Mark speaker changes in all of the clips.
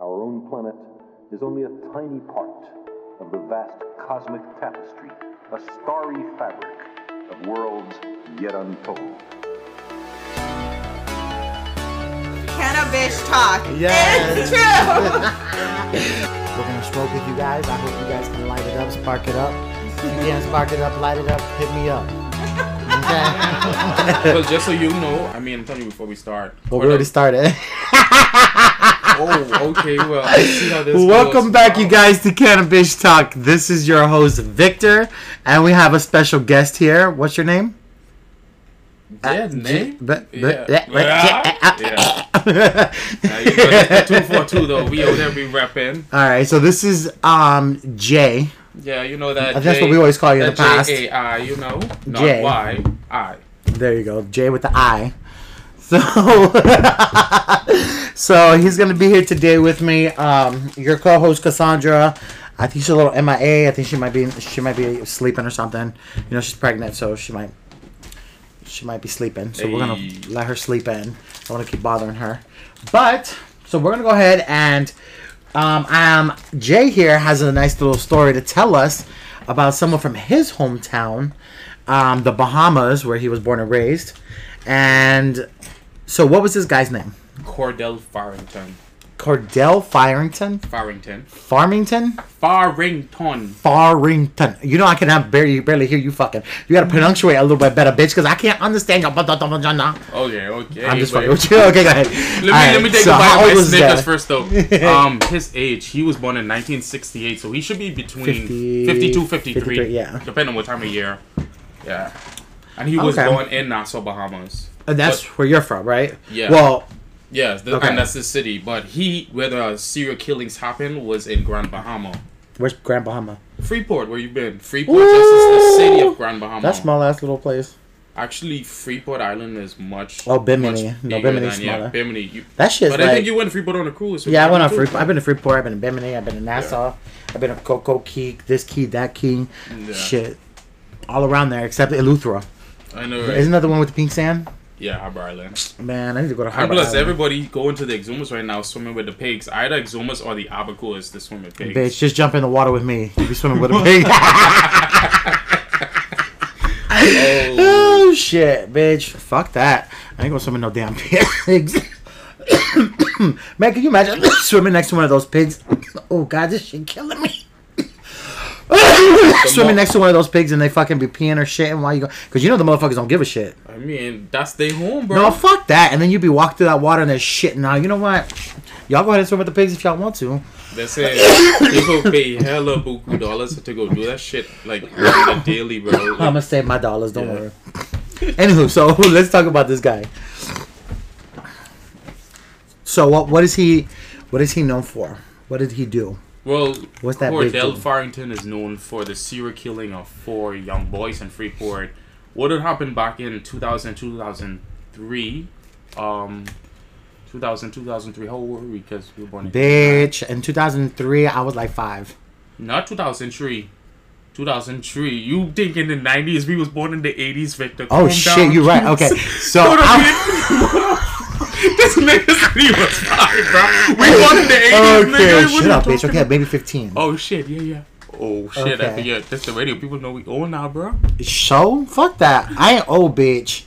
Speaker 1: Our own planet is only a tiny part of the vast cosmic tapestry, a starry fabric of worlds yet untold.
Speaker 2: Can a bitch talk?
Speaker 3: Yes.
Speaker 2: It's true.
Speaker 3: We're gonna smoke with you guys. I hope you guys can light it up, spark it up. If you can spark it up, light it up, hit me up. Okay.
Speaker 4: Because just so you know, I mean, I'm telling you before we start.
Speaker 3: well, we already started.
Speaker 4: Oh, okay. Well, let's see how this
Speaker 3: Welcome
Speaker 4: goes. Oh,
Speaker 3: back, you guys, to Cannabis Talk. This is your host Victor, and we have a special guest here. What's your name?
Speaker 4: Yeah,
Speaker 3: J-
Speaker 4: name.
Speaker 3: b- b-
Speaker 4: Yeah.
Speaker 3: yeah.
Speaker 4: Yeah.
Speaker 3: eh,
Speaker 4: Now, you know, that's the two for two though. We over there be repping.
Speaker 3: ah. All right, so this is um Jay.
Speaker 4: Yeah, you know that.
Speaker 3: That's what we always call you in the past.
Speaker 4: J A I. You know, not
Speaker 3: J.
Speaker 4: Y I.
Speaker 3: There you go, Jay with the I. So, so he's gonna be here today with me. Um, your co-host Cassandra. I think she's a little MIA. I think she might be she might be sleeping or something. You know, she's pregnant, so she might she might be sleeping. So we're gonna
Speaker 4: Hey.
Speaker 3: let her sleep in. I want to keep bothering her, but so we're gonna go ahead and um, um Jay here has a nice little story to tell us about someone from his hometown, um, the Bahamas, where he was born and raised, and so what was this guy's name?
Speaker 4: Cordell Farrington.
Speaker 3: Cordell Farrington?
Speaker 4: Farrington.
Speaker 3: Farmington?
Speaker 4: Farrington.
Speaker 3: Farrington. You know I can have barely barely hear you fucking. You gotta punctuate a little bit better, bitch, because I can't understand your. I'm
Speaker 4: Okay, okay.
Speaker 3: just
Speaker 4: but-
Speaker 3: fucking with you. Okay, go ahead.
Speaker 4: Let me, let me take a bite of my Snickers first, though. Um, his age, he was born in 1968, so he should be between
Speaker 3: 50
Speaker 4: 52, 53,
Speaker 3: 53, yeah.
Speaker 4: depending on what time of year. Yeah, and he was
Speaker 3: Okay.
Speaker 4: born in Nassau, Bahamas.
Speaker 3: And Uh, that's
Speaker 4: But-
Speaker 3: where you're from, right?
Speaker 4: Yeah.
Speaker 3: Well,
Speaker 4: yes, th-
Speaker 3: Okay.
Speaker 4: and that's the city. But he, where the serial killings happened, was in Grand Bahama,
Speaker 3: where's Grand Bahama?
Speaker 4: Freeport, where you been. Freeport just is the city of Grand Bahama.
Speaker 3: That small ass little place.
Speaker 4: Actually, Freeport Island is much.
Speaker 3: Oh, Bimini.
Speaker 4: much
Speaker 3: No,
Speaker 4: bigger
Speaker 3: Bimini's
Speaker 4: Yeah,
Speaker 3: smaller.
Speaker 4: Bimini. You,
Speaker 3: That shit's
Speaker 4: but I
Speaker 3: like-
Speaker 4: think you went to Freeport on a cruise.
Speaker 3: Yeah, I went on
Speaker 4: Freeport.
Speaker 3: Freeport. I've been to Freeport. I've been to Bimini. I've been to Nassau. I've been to Coco Key, this key, that key.
Speaker 4: Yeah.
Speaker 3: Shit. All around there except Eleuthera.
Speaker 4: I know. Right?
Speaker 3: Isn't that the one with the pink sand?
Speaker 4: Yeah, Harbor Island.
Speaker 3: Man, I need to go to
Speaker 4: And
Speaker 3: Harbor
Speaker 4: plus,
Speaker 3: Island.
Speaker 4: everybody going to the Exumas right now swimming with the pigs. Either Exumas or the Abaco is the swimming pigs.
Speaker 3: Bitch, just jump in the water with me. You be swimming with a pig.
Speaker 4: Oh,
Speaker 3: oh shit, bitch. Fuck that. I ain't gonna swim in no damn pigs. Man, can you imagine swimming next to one of those pigs? oh god, this shit killing me.
Speaker 4: mo-
Speaker 3: swimming next to one of those pigs and they fucking be peeing or shitting while you go, because you know the motherfuckers don't give a shit.
Speaker 4: I mean, that's their home, bro.
Speaker 3: No, fuck that. And then you be walking through that water and they're shitting. Now you know what? Y'all go ahead and swim with the pigs if y'all want to.
Speaker 4: They say people pay hella buku dollars to go do that shit like on the daily,
Speaker 3: I'm
Speaker 4: bro.
Speaker 3: gonna save my dollars. Don't
Speaker 4: Yeah.
Speaker 3: worry. Anywho, so let's talk about this guy. So what what is he what is he known for? What did he do?
Speaker 4: Well,
Speaker 3: What's that big
Speaker 4: Cordell
Speaker 3: thing?
Speaker 4: Farrington is known for the serial killing of four young boys in Freeport. What had happened back in 2000, 2003, um, 2000, 2003. How old were we? Because we were born in
Speaker 3: Bitch, in 2003, I was like five.
Speaker 4: Not 2003. 2003. You think in the 90s we was born in the 80s, Victor?
Speaker 3: Oh
Speaker 4: Calm
Speaker 3: shit,
Speaker 4: down.
Speaker 3: you're right. Okay, so
Speaker 4: Hold on,
Speaker 3: I'm,
Speaker 4: man. this nigga said he was fine, bro. We born in the 80s, nigga.
Speaker 3: okay,
Speaker 4: What
Speaker 3: shut
Speaker 4: you
Speaker 3: up, bitch.
Speaker 4: talking
Speaker 3: Okay, maybe 15.
Speaker 4: about? Oh shit, yeah, yeah. Oh shit, I
Speaker 3: Okay.
Speaker 4: forget. That's the radio. People know we old now, bro.
Speaker 3: So fuck that. I ain't old, bitch.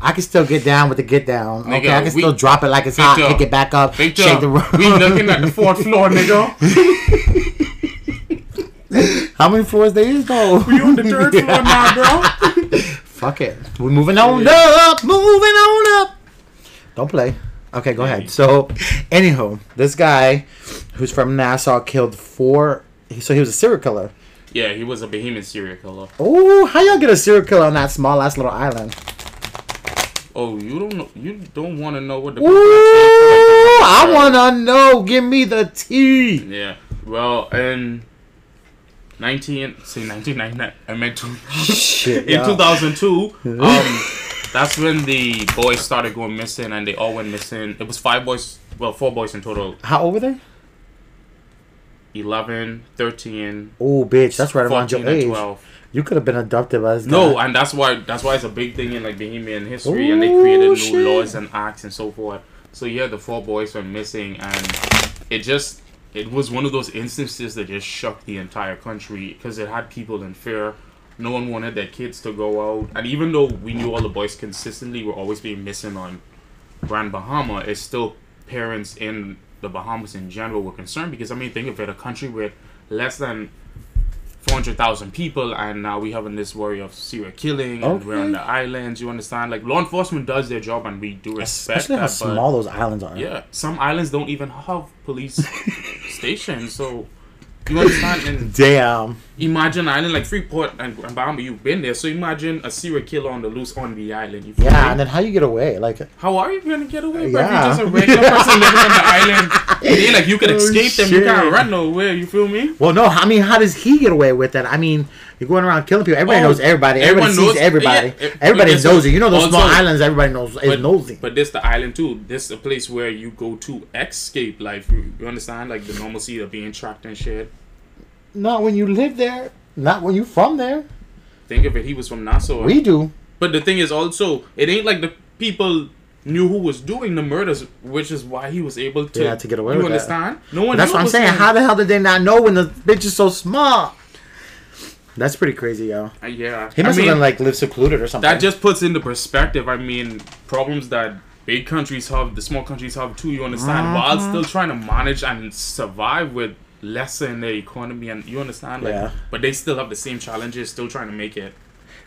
Speaker 3: I can still get down with the get down.
Speaker 4: Nigga,
Speaker 3: Okay, I can
Speaker 4: we-
Speaker 3: still drop it like it's hot,
Speaker 4: Victor,
Speaker 3: pick it back up,
Speaker 4: Victor,
Speaker 3: shake the room.
Speaker 4: we looking at the fourth floor, nigga.
Speaker 3: How many floors there is though?
Speaker 4: We on the third floor now, bro.
Speaker 3: Fuck it. We're moving on
Speaker 4: Yeah.
Speaker 3: up. Moving on up. Don't play. Okay, go ahead. So, anywho, this guy who's from Nassau killed four. So he was a serial killer.
Speaker 4: Yeah, he was a Bohemian serial killer.
Speaker 3: Oh, how y'all get a serial killer on that small ass little island?
Speaker 4: Oh, you don't know. You don't want to know what the.
Speaker 3: Ooh, I wanna know. Give me the tea.
Speaker 4: Yeah. Well, in 19 say 1999. I meant to.
Speaker 3: Shit.
Speaker 4: in
Speaker 3: yeah.
Speaker 4: 2002, um, that's when the boys started going missing, and they all went missing. It was five boys. Well, four boys in total.
Speaker 3: How old were they?
Speaker 4: 11, 13,
Speaker 3: Oh, bitch, that's right around
Speaker 4: 14,
Speaker 3: your
Speaker 4: and
Speaker 3: age.
Speaker 4: 12.
Speaker 3: You could have been adopted by this guy.
Speaker 4: No, and that's why that's why it's a big thing in like Bohemian history, and they
Speaker 3: Ooh,
Speaker 4: created new
Speaker 3: shit.
Speaker 4: laws and acts and so forth. So yeah, the four boys went missing, and it just it was one of those instances that just shook the entire country because it had people in fear. No one wanted their kids to go out, and even though we knew all the boys consistently were always being missing on Grand Bahama, it's still parents in the Bahamas in general were concerned because I mean, think of it, a country with less than 400,000 people, and now we having this worry of serial killing, and we're on
Speaker 3: Okay.
Speaker 4: the islands. You understand? Like law enforcement does their job, and we do respect
Speaker 3: Especially how
Speaker 4: that. but
Speaker 3: small those islands are.
Speaker 4: yeah, some islands don't even have police stations, so you understand? And
Speaker 3: Damn.
Speaker 4: imagine an island like Freeport and, and Bahama, you've been there, so imagine a serial killer on the loose on the island. You feel me?
Speaker 3: Yeah, and then how you get away? Like,
Speaker 4: How are you gonna get away, bro?
Speaker 3: Yeah.
Speaker 4: If you're just a regular person living on the island, it ain't like you can
Speaker 3: Oh,
Speaker 4: escape them. You can't
Speaker 3: shit.
Speaker 4: run nowhere. You feel me?
Speaker 3: well, no, I mean, how does he get away with that? I mean, you're going around killing people. Everybody
Speaker 4: Oh,
Speaker 3: knows everybody.
Speaker 4: everyone
Speaker 3: Everybody
Speaker 4: knows-
Speaker 3: sees everybody.
Speaker 4: yeah, eh, it-
Speaker 3: Everybody's
Speaker 4: it's a-
Speaker 3: nosy. You know those small
Speaker 4: also-
Speaker 3: islands. Everybody knows is nosy.
Speaker 4: But this the island too. This a place where you go to escape life. You, you understand? Like the normalcy of being trapped and shit.
Speaker 3: not when you live there. Not when you from there.
Speaker 4: Think of it. He was from Nassau.
Speaker 3: We do.
Speaker 4: But the thing is also, it ain't like the people knew who was doing the murders, which is why he was able to.
Speaker 3: Yeah, to get away
Speaker 4: You
Speaker 3: with that.
Speaker 4: understand? No one.
Speaker 3: That's
Speaker 4: knew
Speaker 3: what I'm
Speaker 4: was
Speaker 3: saying.
Speaker 4: him.
Speaker 3: How the hell did they not know when the bitch is so small? That's pretty crazy, yo.
Speaker 4: Uh, yeah,
Speaker 3: He
Speaker 4: I
Speaker 3: must
Speaker 4: mean,
Speaker 3: have been like live secluded or something.
Speaker 4: that just puts into perspective. I mean, problems that big countries have, the small countries have too. You understand? While
Speaker 3: Uh-huh.
Speaker 4: still trying to manage and survive with lesser in their economy, and you understand? Like,
Speaker 3: Yeah.
Speaker 4: But they still have the same challenges, still trying to make it.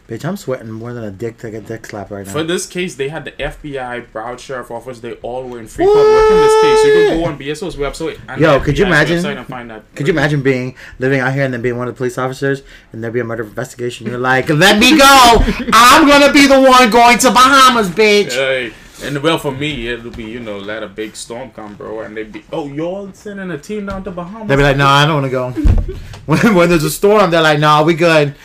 Speaker 3: bitch. I'm sweating more than a dick like a dick slap right now.
Speaker 4: For this case, they had the FBI, Broward Sheriff Office. They all were in Freeport working this case. You can go on BSO's website. And
Speaker 3: Yo,
Speaker 4: the
Speaker 3: could you
Speaker 4: FBI 's
Speaker 3: imagine-
Speaker 4: website And find that
Speaker 3: Could you imagine being living out here and then being one of the police officers and there be a murder investigation? You're like, let me go. I'm gonna be the one going to Bahamas, bitch.
Speaker 4: Hey, and well, for me, it'll be you know let a big storm come, bro, and they'd be oh y'all sending a team down to Bahamas.
Speaker 3: They'd be like, no, I don't want to go. when, when there's a storm, they're like, no, we good.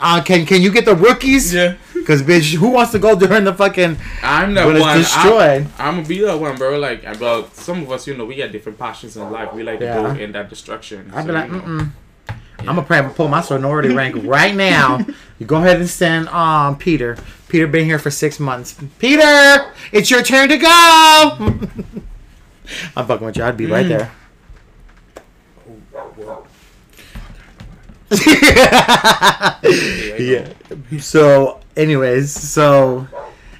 Speaker 3: Uh, can can you get the rookies?
Speaker 4: Yeah.
Speaker 3: Cause bitch, who wants to go during the fucking?
Speaker 4: I'm that
Speaker 3: But it's
Speaker 4: one.
Speaker 3: destroyed.
Speaker 4: I'm, gonna be that one, bro. Like, well, some of us, you know, we got different passions in life. We like
Speaker 3: Yeah.
Speaker 4: to go in that destruction.
Speaker 3: I'd
Speaker 4: so,
Speaker 3: be like,
Speaker 4: you know.
Speaker 3: mm. I'm gonna probably pull my sonority rank right now. You go ahead and send um Peter. Peter been here for six months. Peter, it's your turn to go. I'm fucking with you. I'd be right
Speaker 4: Mm.
Speaker 3: there.
Speaker 4: Yeah, I know.
Speaker 3: yeah. So, anyways, so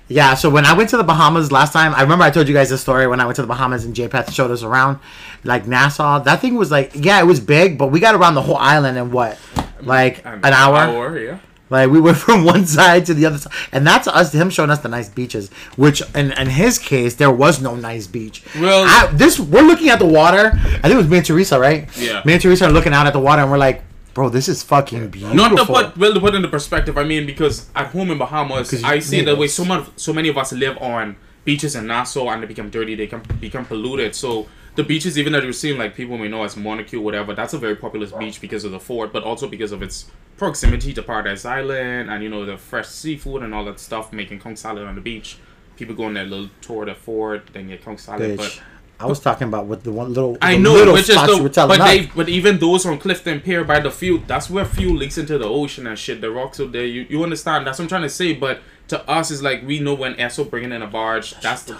Speaker 3: yeah, so when I went to the Bahamas last time, I remember I told you guys this story when I went to the Bahamas and J Path showed us around, like Nassau. That thing was like, yeah, it was big, but we got around the whole island in what, like
Speaker 4: Um,
Speaker 3: an hour?
Speaker 4: yeah.
Speaker 3: Like we went from one side to the other side, and that's us him showing us the nice beaches. Which, in, in his case, there was no nice beach.
Speaker 4: Well-
Speaker 3: I, this we're looking at the water. I think it was me and Teresa, right?
Speaker 4: Yeah.
Speaker 3: Me and Teresa are looking out at the water, and we're like, "Bro, this is fucking beautiful."
Speaker 4: Not to put well to put into perspective. I mean, because at home in Bahamas,
Speaker 3: 'Cause you-
Speaker 4: I see
Speaker 3: yeah.
Speaker 4: the way so much, so many of us live on beaches in Nassau, and they become dirty. They can become polluted. So the beaches, even that you're seeing, like people may know as Monaco, whatever. That's a very popular beach because of the fort, but also because of its proximity to Paradise Island, and you know the fresh seafood and all that stuff. Making conch salad on the beach. People go on their little tour to fort, then get conch salad.
Speaker 3: Bitch,
Speaker 4: But
Speaker 3: I was talking about with the one little.
Speaker 4: I
Speaker 3: the
Speaker 4: know,
Speaker 3: little
Speaker 4: which is
Speaker 3: spots you
Speaker 4: the
Speaker 3: were telling
Speaker 4: but
Speaker 3: us.
Speaker 4: they but even those on Clifton Pier by the fuel, that's where fuel leaks into the ocean and shit. The rocks up there, you, you understand? That's what I'm trying to say. But to us, it's like we know when Esso bringing in a barge. That's the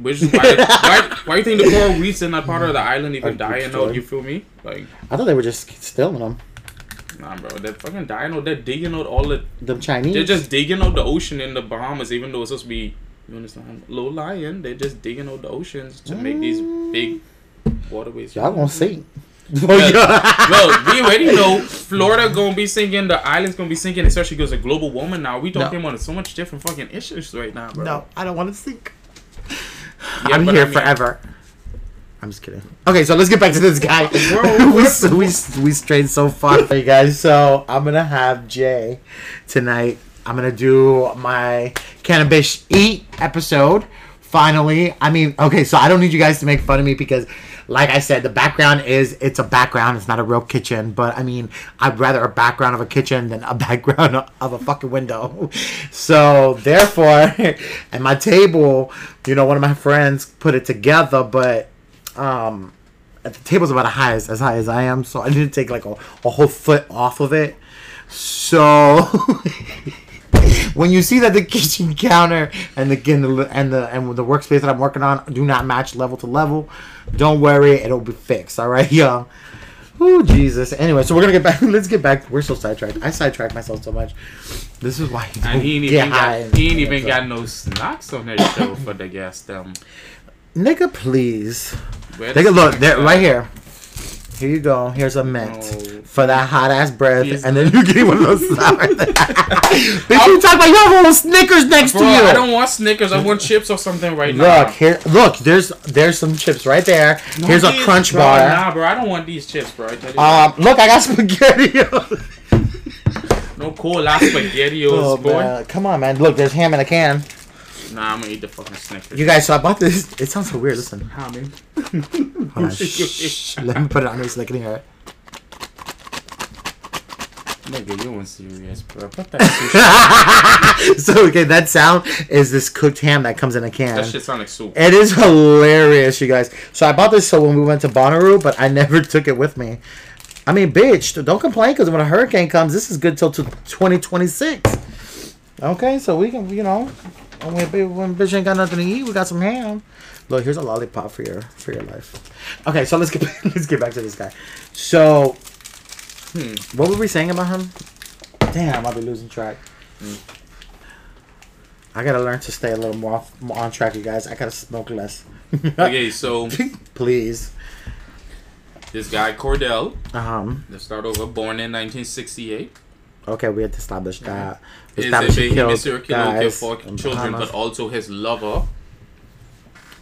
Speaker 4: which is why, why why you think the coral reefs in that part of the island even
Speaker 3: Are
Speaker 4: dying out?
Speaker 3: destroyed.
Speaker 4: You feel me? Like
Speaker 3: I thought they were just stealing them.
Speaker 4: nah, bro, they're fucking dying out. They're digging out all the.
Speaker 3: Them Chinese.
Speaker 4: They're just digging out the ocean in the Bahamas, even though it's supposed to be you understand low lying. They're just digging out the oceans to make these big waterways.
Speaker 3: Y'all gonna see.
Speaker 4: Well, we already know Florida gonna be sinking, the island's gonna be sinking, especially because of global warming. Now we talking about so much different fucking issues right now, bro.
Speaker 3: No, I don't want to sink.
Speaker 4: Yeah,
Speaker 3: I'm
Speaker 4: but
Speaker 3: here
Speaker 4: I mean-
Speaker 3: forever. I'm just kidding. Okay, so let's get back to this guy. we s- we s- we strayed so far, you guys. So I'm gonna have Jay tonight. I'm gonna do my cannabis eat episode. Finally, I mean, okay, so I don't need you guys to make fun of me because, like I said, the background is it's a background. It's not a real kitchen, but I mean, I'd rather a background of a kitchen than a background of a fucking window. So therefore, and my table, you know, one of my friends put it together, but um at the table's about as high as, as high as I am, so I didn't take like a, a whole foot off of it. So when you see that the kitchen counter and the and the and the, and the workspace that I'm working on do not match level to level, don't worry, it'll be fixed. All right, y'all. Oh Jesus! Anyway, so we're gonna get back. Let's get back. We're so sidetracked. I sidetracked myself so much. This is why. You
Speaker 4: And he ain't
Speaker 3: don't
Speaker 4: even
Speaker 3: get high
Speaker 4: got,
Speaker 3: and-
Speaker 4: he ain't even got no snacks on that show for the gas them.
Speaker 3: Nigga, please.
Speaker 4: Where
Speaker 3: Take a
Speaker 4: the
Speaker 3: look.
Speaker 4: snacks
Speaker 3: There,
Speaker 4: at?
Speaker 3: right here. Here you go. Here's a mint
Speaker 4: No.
Speaker 3: for that hot ass breath,
Speaker 4: Please.
Speaker 3: and then you get one of those sour. Bitch, you talk about you have little Snickers next
Speaker 4: Bro,
Speaker 3: to you.
Speaker 4: I don't want Snickers. I want chips or something right now.
Speaker 3: Look here. Look, there's there's some chips right there.
Speaker 4: No,
Speaker 3: Here's a
Speaker 4: these-
Speaker 3: Crunch
Speaker 4: bro,
Speaker 3: bar.
Speaker 4: Nah, bro, I don't want these chips, bro. I tell you,
Speaker 3: Um, look, I got spaghetti. Oh,
Speaker 4: no cola, spaghetti, oh,
Speaker 3: oh,
Speaker 4: boy.
Speaker 3: man. Come on, man. Look, there's ham in a can.
Speaker 4: Nah, I'm gonna eat the fucking Snickers.
Speaker 3: You guys, so I bought this. It sounds so weird. Listen,
Speaker 4: Hamming.
Speaker 3: Hold on. Shh. let me put it on here so they can hear it.
Speaker 4: Nigga, you ain't serious, bro. Put that sushi.
Speaker 3: so okay, that sound is this cooked ham that comes in a can.
Speaker 4: that shit sound like soup.
Speaker 3: It is hilarious, you guys. So I bought this so when we went to Bonnaroo, but I never took it with me. I mean, bitch, don't complain because when a hurricane comes, this is good till t- 2026. Okay, so we can, you know, when, we- when bitch ain't got nothing to eat, we got some ham. Look, here's a lollipop for your for your life. Okay, so let's get let's get back to this guy. So, hmm, what were we saying about him? Damn, I'll be losing track.
Speaker 4: Hmm.
Speaker 3: I gotta learn to stay a little more, off, more on track, you guys. I gotta smoke less. uh,
Speaker 4: Okay, so
Speaker 3: Please.
Speaker 4: this guy Cordell,
Speaker 3: Um.
Speaker 4: let's start over. Born in 1968,
Speaker 3: Okay, we had to establish that.
Speaker 4: Hmm. is a
Speaker 3: Establish he
Speaker 4: baby
Speaker 3: killed
Speaker 4: serial killer who killed
Speaker 3: guys
Speaker 4: four
Speaker 3: in
Speaker 4: children,
Speaker 3: Bahamas.
Speaker 4: but also his lover.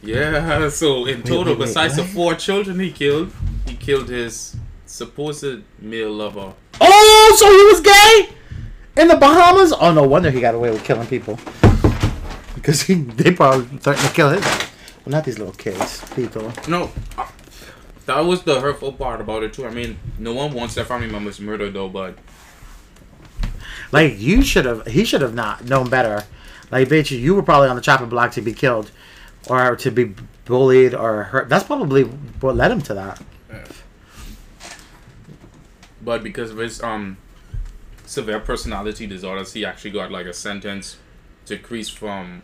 Speaker 4: Yeah, so in total,
Speaker 3: wait, wait,
Speaker 4: besides the
Speaker 3: what?
Speaker 4: four children he killed, he killed his supposed male lover.
Speaker 3: oh, so he was gay in the Bahamas. Oh, no wonder he got away with killing people because he they probably threatened to kill him. Well, not these little kids, people.
Speaker 4: No, uh, that was the hurtful part about it too. I mean, no one wants their family members murdered though, but
Speaker 3: Like you should have. He should have not known better. Like, bitch, you were probably on the chopping block to be killed, or to be bullied or hurt. That's probably what led him to that.
Speaker 4: but because of his um severe personality disorders, he actually got like a sentence decreased from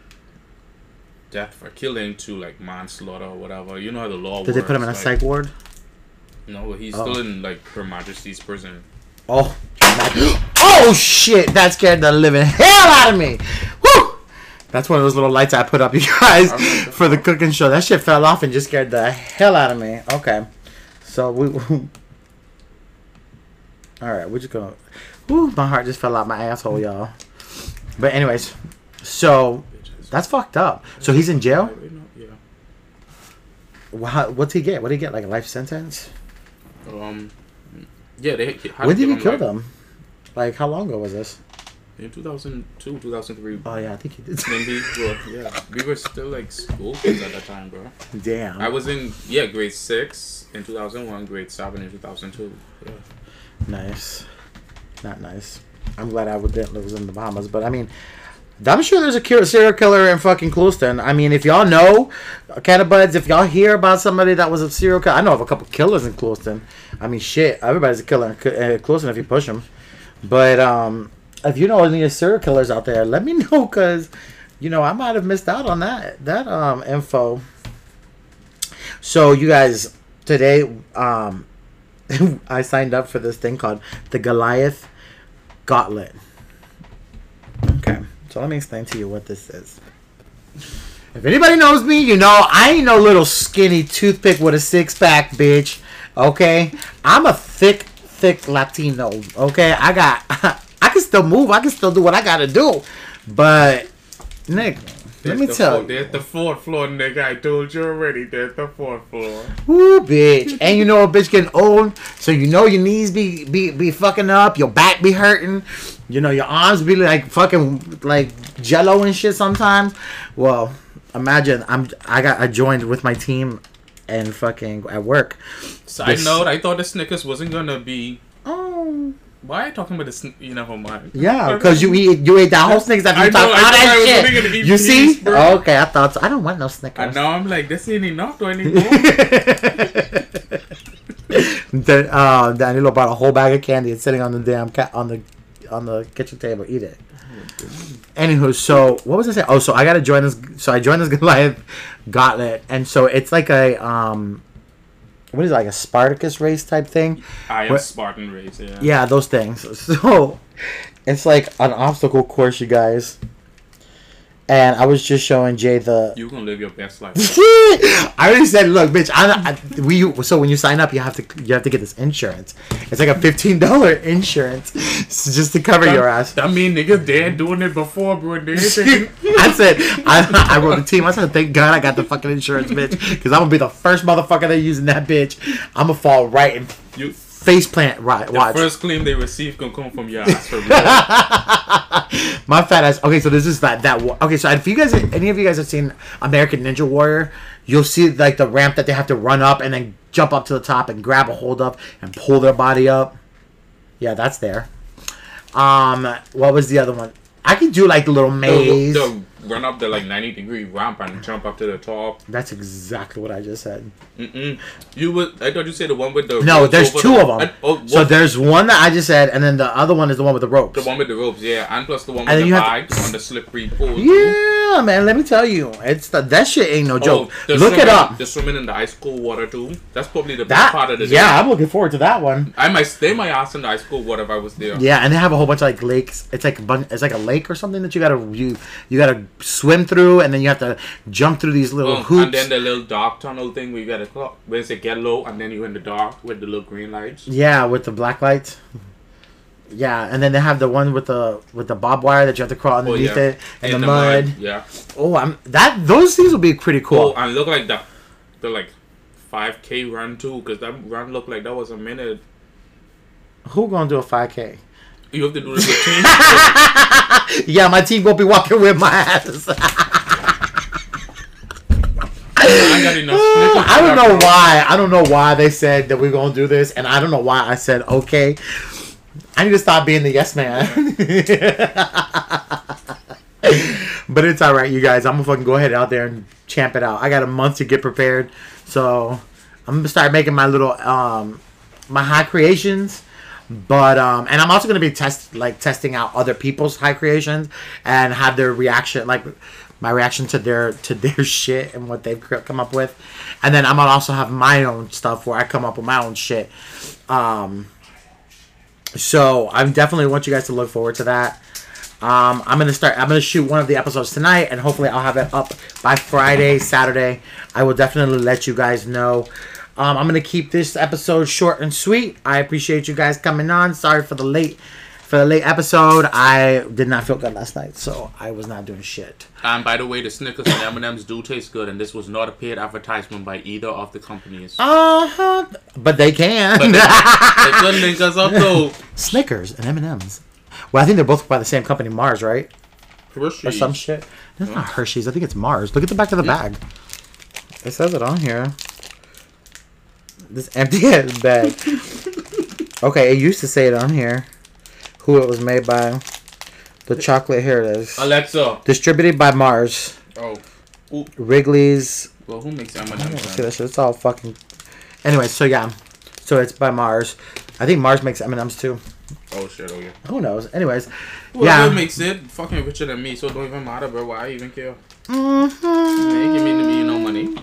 Speaker 4: death for killing to like manslaughter or whatever. You know how the law
Speaker 3: Did
Speaker 4: works.
Speaker 3: they put him in a
Speaker 4: like,
Speaker 3: psych ward?
Speaker 4: No, he's
Speaker 3: Oh.
Speaker 4: still in like Her Majesty's prison.
Speaker 3: Oh, my- oh shit! That scared the living hell out of me. Woo! That's one of those little lights I put up, you guys,
Speaker 4: remember.
Speaker 3: for the cooking show. That shit fell off and just scared the hell out of me. Okay, so we. All right, we're just gonna. Woo, my heart just fell out my asshole, y'all. But anyways, so that's fucked up. So he's in jail.
Speaker 4: yeah.
Speaker 3: Wow, what's he get? What did he get? Like a life sentence?
Speaker 4: Um. Yeah, they. had- had
Speaker 3: When did
Speaker 4: give
Speaker 3: he
Speaker 4: him,
Speaker 3: kill
Speaker 4: like,
Speaker 3: them? Like how long ago was this?
Speaker 4: In 2002, 2003.
Speaker 3: Oh yeah, I think he did.
Speaker 4: Maybe, well, yeah. We were still like school kids at that time, bro.
Speaker 3: Damn.
Speaker 4: I was in yeah grade six in 2001, grade seven in 2002. Yeah.
Speaker 3: Nice. Not nice. I'm glad I didn't live in the Bahamas, but I mean, I'm sure there's a cur- serial killer in fucking Clueston. I mean, if y'all know, Catabuds, if y'all hear about somebody that was a serial killer, I know of a couple killers in Clueston. I mean, shit, everybody's a killer in Cl- uh, Clueston if you push them. But um, if you know any serial killers out there, let me know because, you know, I might have missed out on that that um info. So you guys, today um, I signed up for this thing called the Goliath Gauntlet. Okay, so let me explain to you what this is. If anybody knows me, you know I ain't no little skinny toothpick with a six pack, bitch. Okay, I'm a thick, thick Latino. Okay, I got, I can still move, I can still do what I gotta do, but Nick, let
Speaker 4: There's
Speaker 3: me
Speaker 4: the
Speaker 3: tell
Speaker 4: four-
Speaker 3: you.
Speaker 4: There's the fourth floor, nigga. I told you already. There's the fourth floor.
Speaker 3: Woo, bitch. And you know a bitch getting old, so you know your knees be be be fucking up, your back be hurting, you know your arms be like fucking like jello and shit sometimes. Well, imagine I'm I got I joined with my team and fucking at work.
Speaker 4: Side
Speaker 3: This-
Speaker 4: note: I thought the Snickers wasn't gonna be.
Speaker 3: Oh
Speaker 4: Why are you talking about the? Sn- you never mind.
Speaker 3: yeah, because you eat you ate that whole Snickers after
Speaker 4: I
Speaker 3: you
Speaker 4: know,
Speaker 3: talked all
Speaker 4: I thought I
Speaker 3: that
Speaker 4: was only
Speaker 3: shit.
Speaker 4: gonna eat
Speaker 3: You see?
Speaker 4: peas, bro.
Speaker 3: Okay, I thought so. I don't want no Snickers.
Speaker 4: And now I'm like, this ain't enough though anymore.
Speaker 3: then uh, Danilo bought a whole bag of candy and sitting on the damn ca- on the on the kitchen table. Eat it. Anywho, so what was I saying? Oh, so I gotta join this. So I joined this Goliath gauntlet, and so it's like a um, what is it, like a Spartacus race type thing?
Speaker 4: I am
Speaker 3: What-
Speaker 4: Spartan race. Yeah.
Speaker 3: Yeah, those things. So it's like an obstacle course, you guys. And I was just showing Jay the.
Speaker 4: You can live your best life.
Speaker 3: I already said, look, bitch. I, I we so when you sign up, you have to you have to get this insurance. It's like a fifteen dollar insurance so just to cover your ass.
Speaker 4: That mean niggas dead doing it before, bro. Niggas
Speaker 3: I said, I, I wrote the team. I said, thank God I got the fucking insurance, bitch, because I'm gonna be the first motherfucker that using that bitch. I'm gonna fall right and
Speaker 4: you,
Speaker 3: face plant right.
Speaker 4: the
Speaker 3: Watch.
Speaker 4: first claim they receive can come from your ass for real.
Speaker 3: My fat ass. Okay, so this is that that. wa- Okay, so if you guys, any of you guys have seen American Ninja Warrior, you'll see like the ramp that they have to run up and then jump up to the top and grab a hold up and pull their body up. Yeah, that's there. Um, what was the other one? I could do like the little maze.
Speaker 4: The run up the like ninety degree ramp and jump up to the top.
Speaker 3: That's exactly what I just said.
Speaker 4: Mm-mm. You would. I thought you said the one with the
Speaker 3: No,
Speaker 4: ropes
Speaker 3: there's
Speaker 4: over
Speaker 3: two
Speaker 4: the-
Speaker 3: of them.
Speaker 4: I- oh,
Speaker 3: so
Speaker 4: what-
Speaker 3: there's one that I just said, and then the other one is the one with the ropes.
Speaker 4: the one with the ropes, yeah, and plus the one
Speaker 3: And
Speaker 4: with
Speaker 3: then
Speaker 4: the
Speaker 3: you have
Speaker 4: bag on the slippery pole. too.
Speaker 3: yeah, man. Let me tell you, it's the, that shit ain't
Speaker 4: Oh,
Speaker 3: no joke.
Speaker 4: the
Speaker 3: Look
Speaker 4: swimming,
Speaker 3: it up.
Speaker 4: The swimming in the ice cold water too. That's probably the best part
Speaker 3: That
Speaker 4: of the day.
Speaker 3: yeah, I'm looking forward to that one.
Speaker 4: I might stay my ass in the ice cold water if I was there.
Speaker 3: Yeah, and they have a whole bunch of like lakes. It's like a bun- it's like a lake or something that you gotta you you gotta swim through, and then you have to jump through these little
Speaker 4: Um,
Speaker 3: hoops.
Speaker 4: and then the little dark tunnel thing where you gotta clock where it's a get low and then you're in the dark with the little green lights.
Speaker 3: yeah, with the black lights. Yeah, and then they have the one with the with the bob wire that you have to crawl
Speaker 4: Oh,
Speaker 3: underneath
Speaker 4: yeah.
Speaker 3: it and
Speaker 4: In
Speaker 3: the, mud.
Speaker 4: Yeah.
Speaker 3: Oh, I'm that those things will be pretty
Speaker 4: Oh,
Speaker 3: cool.
Speaker 4: and look like that. The like 5k run too, because that run looked like that was a minute.
Speaker 3: Who gonna do a five k?
Speaker 4: You have to do this routine.
Speaker 3: Yeah, my team won't be walking with my ass.
Speaker 4: I got enough. snippets
Speaker 3: I
Speaker 4: for
Speaker 3: don't
Speaker 4: that,
Speaker 3: know
Speaker 4: bro.
Speaker 3: why. I don't know why they said that we're gonna do this, and I don't know why I said okay. I need to stop being the yes man. but it's all right, you guys. I'm gonna fucking go ahead out there and champ it out. I got a month to get prepared, so I'm gonna start making my little um my high creations. But um, and I'm also gonna be test like testing out other people's high creations and have their reaction, like my reaction to their to their shit and what they've cr- come up with, and then I'm gonna also have my own stuff where I come up with my own shit. Um, so I'm definitely want you guys to look forward to that. Um, I'm gonna start. I'm gonna shoot one of the episodes tonight, and hopefully I'll have it up by Friday, Saturday. I will definitely let you guys know. Um, I'm gonna keep this episode short and sweet. I appreciate you guys coming on. Sorry for the late, for the late episode. I did not feel good last night, so I was not doing shit.
Speaker 4: And by the way, the Snickers and M&M's do taste good, and this was not a paid advertisement by either of the companies.
Speaker 3: Uh huh. But they can.
Speaker 4: they could link us up though.
Speaker 3: Snickers and M and M's. Well, I think they're both by the same company, Mars, right?
Speaker 4: Hershey's.
Speaker 3: or some shit. That's not Hershey's. I think it's Mars. Look at the back of the bag. It says it on here. This empty ass bag. okay, it used to say it on here. Who it was made by. The chocolate here it is.
Speaker 4: Alexa.
Speaker 3: Distributed by Mars.
Speaker 4: Oh.
Speaker 3: Wrigley's.
Speaker 4: Well, who makes M&M's?
Speaker 3: I don't see
Speaker 4: then?
Speaker 3: that shit. It's all fucking. Anyway, so yeah, so it's by Mars. I think Mars makes M and M's too.
Speaker 4: Oh shit! Oh yeah.
Speaker 3: Who knows? Anyways, yeah.
Speaker 4: Whoever makes it fucking richer than me, so it don't even matter, bro. Why I even care?
Speaker 3: Mm-hmm.
Speaker 4: They ain't giving me no money.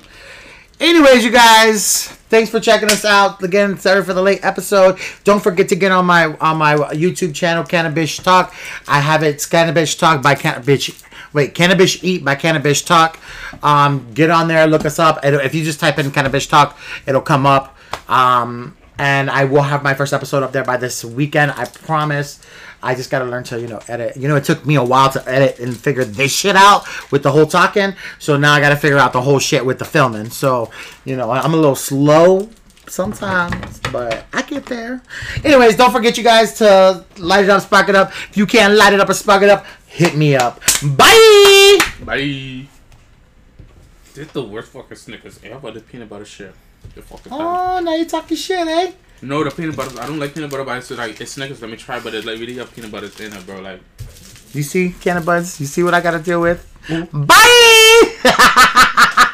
Speaker 3: Anyways, you guys, thanks for checking us out. Again, sorry for the late episode. Don't forget to get on my on my YouTube channel, Cannabis Talk. I have it, Cannabis Talk by Cannabis. Wait, Cannabis Eat by Cannabis Talk. Um, get on there, look us up. It'll- if you just type in Cannabis Talk, it'll come up. Um, and I will have my first episode up there by this weekend. I promise. I just gotta learn to, you know, edit. You know, it took me a while to edit and figure this shit out with the whole talking. So now I gotta figure out the whole shit with the filming. So, you know, I'm a little slow sometimes, but I get there. Anyways, don't forget you guys to light it up, spark it up. If you can't light it up or spark it up, hit me up. Bye!
Speaker 4: Bye. This the worst fucking Snickers ever. The peanut butter shit. The fucking thing.
Speaker 3: Oh, now you talking shit, eh?
Speaker 4: No, the peanut butter. I don't like peanut butter, but I said like it's Snickers. Let me try, but it like really got peanut butter in it, bro. Like.
Speaker 3: You see, Canna Buds? You see what I gotta deal with? Bye!